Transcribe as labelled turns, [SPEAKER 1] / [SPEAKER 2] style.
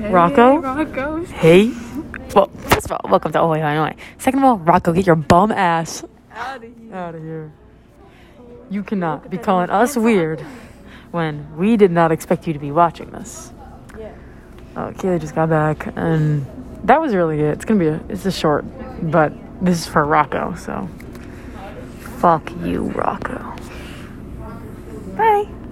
[SPEAKER 1] Rocco?
[SPEAKER 2] Rocco.
[SPEAKER 1] Hey. Well, first of all, welcome to Ohio, Illinois. Second of all, Rocco, get your bum ass
[SPEAKER 2] Out of here.
[SPEAKER 1] out of here. You cannot be calling us weird when we did not expect you to be watching this.
[SPEAKER 2] Yeah.
[SPEAKER 1] Oh, Kayla just got back, and that was really it. It's gonna be a, it's a short, but this is for Rocco, so fuck you, Rocco.